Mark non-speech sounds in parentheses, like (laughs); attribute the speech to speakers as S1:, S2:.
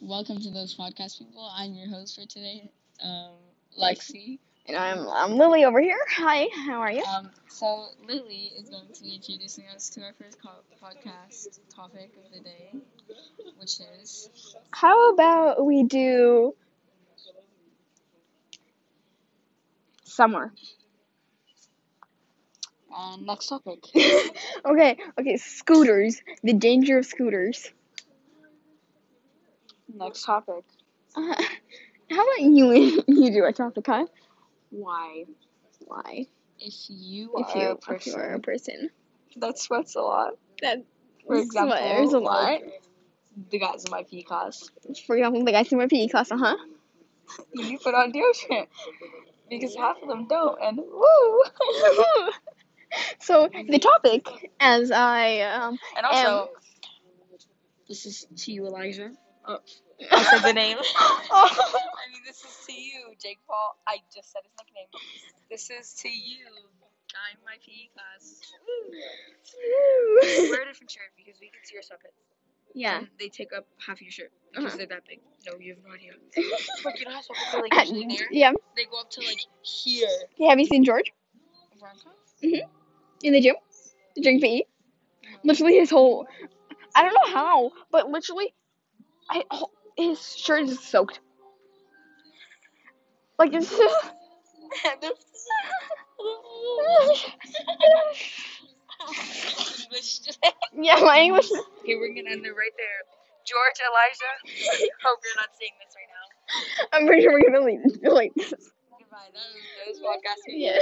S1: Welcome to those podcast people. I'm your host for today, um, Lexi.
S2: And I'm I'm Lily over here. Hi, how are you?
S1: Um, so Lily is going to be introducing us to our first co- podcast topic of the day, which is
S2: How about we do summer? (laughs)
S1: um, next topic.
S2: okay, okay, scooters. The danger of scooters. (laughs)
S1: next topic.
S2: Uh, how about you (laughs) you do a topic, huh?
S1: Why?
S2: Why?
S1: If you
S2: If
S1: are
S2: you,
S1: a
S2: if you are a
S1: person
S2: person.
S1: that sweats a lot,
S2: That
S1: for example,
S2: swears a lot.
S1: like, the guys in my P class,
S2: For example, the guys in my PE class, uh
S1: (laughs)
S2: huh.
S1: you put on deodorant because half of them don't, and woo.
S2: (laughs) so the topic, as I um,
S1: And also, this is to you, Elijah. I said the name.
S2: (laughs)
S1: (laughs) I mean, this is to you, Jake Paul. I just said his nickname. This is to you, guy in my PE class. Wear a different shirt because we can see your sweatpants.
S2: yeah.
S1: And they take up half your shirt because
S2: Uh-huh.
S1: they're that big. No, you have no
S2: (laughs)
S1: idea. But you know how sweatpants are like
S2: Uh,
S1: usually there?
S2: yeah.
S1: They go up to like here.
S2: Yeah, have you seen George
S1: Bronco?
S2: in the gym during PE? E? Literally, his whole. I don't know how, but literally, I, oh, his shirt is soaked. Like, it's (laughs) just.
S1: English today.
S2: yeah, my English.
S1: (laughs) Okay, we're gonna end it right there. George, Elijah, hope you're not seeing this right now.
S2: I'm pretty sure we're gonna leave. Like,
S1: Goodbye. That was, that was podcast.
S2: yeah.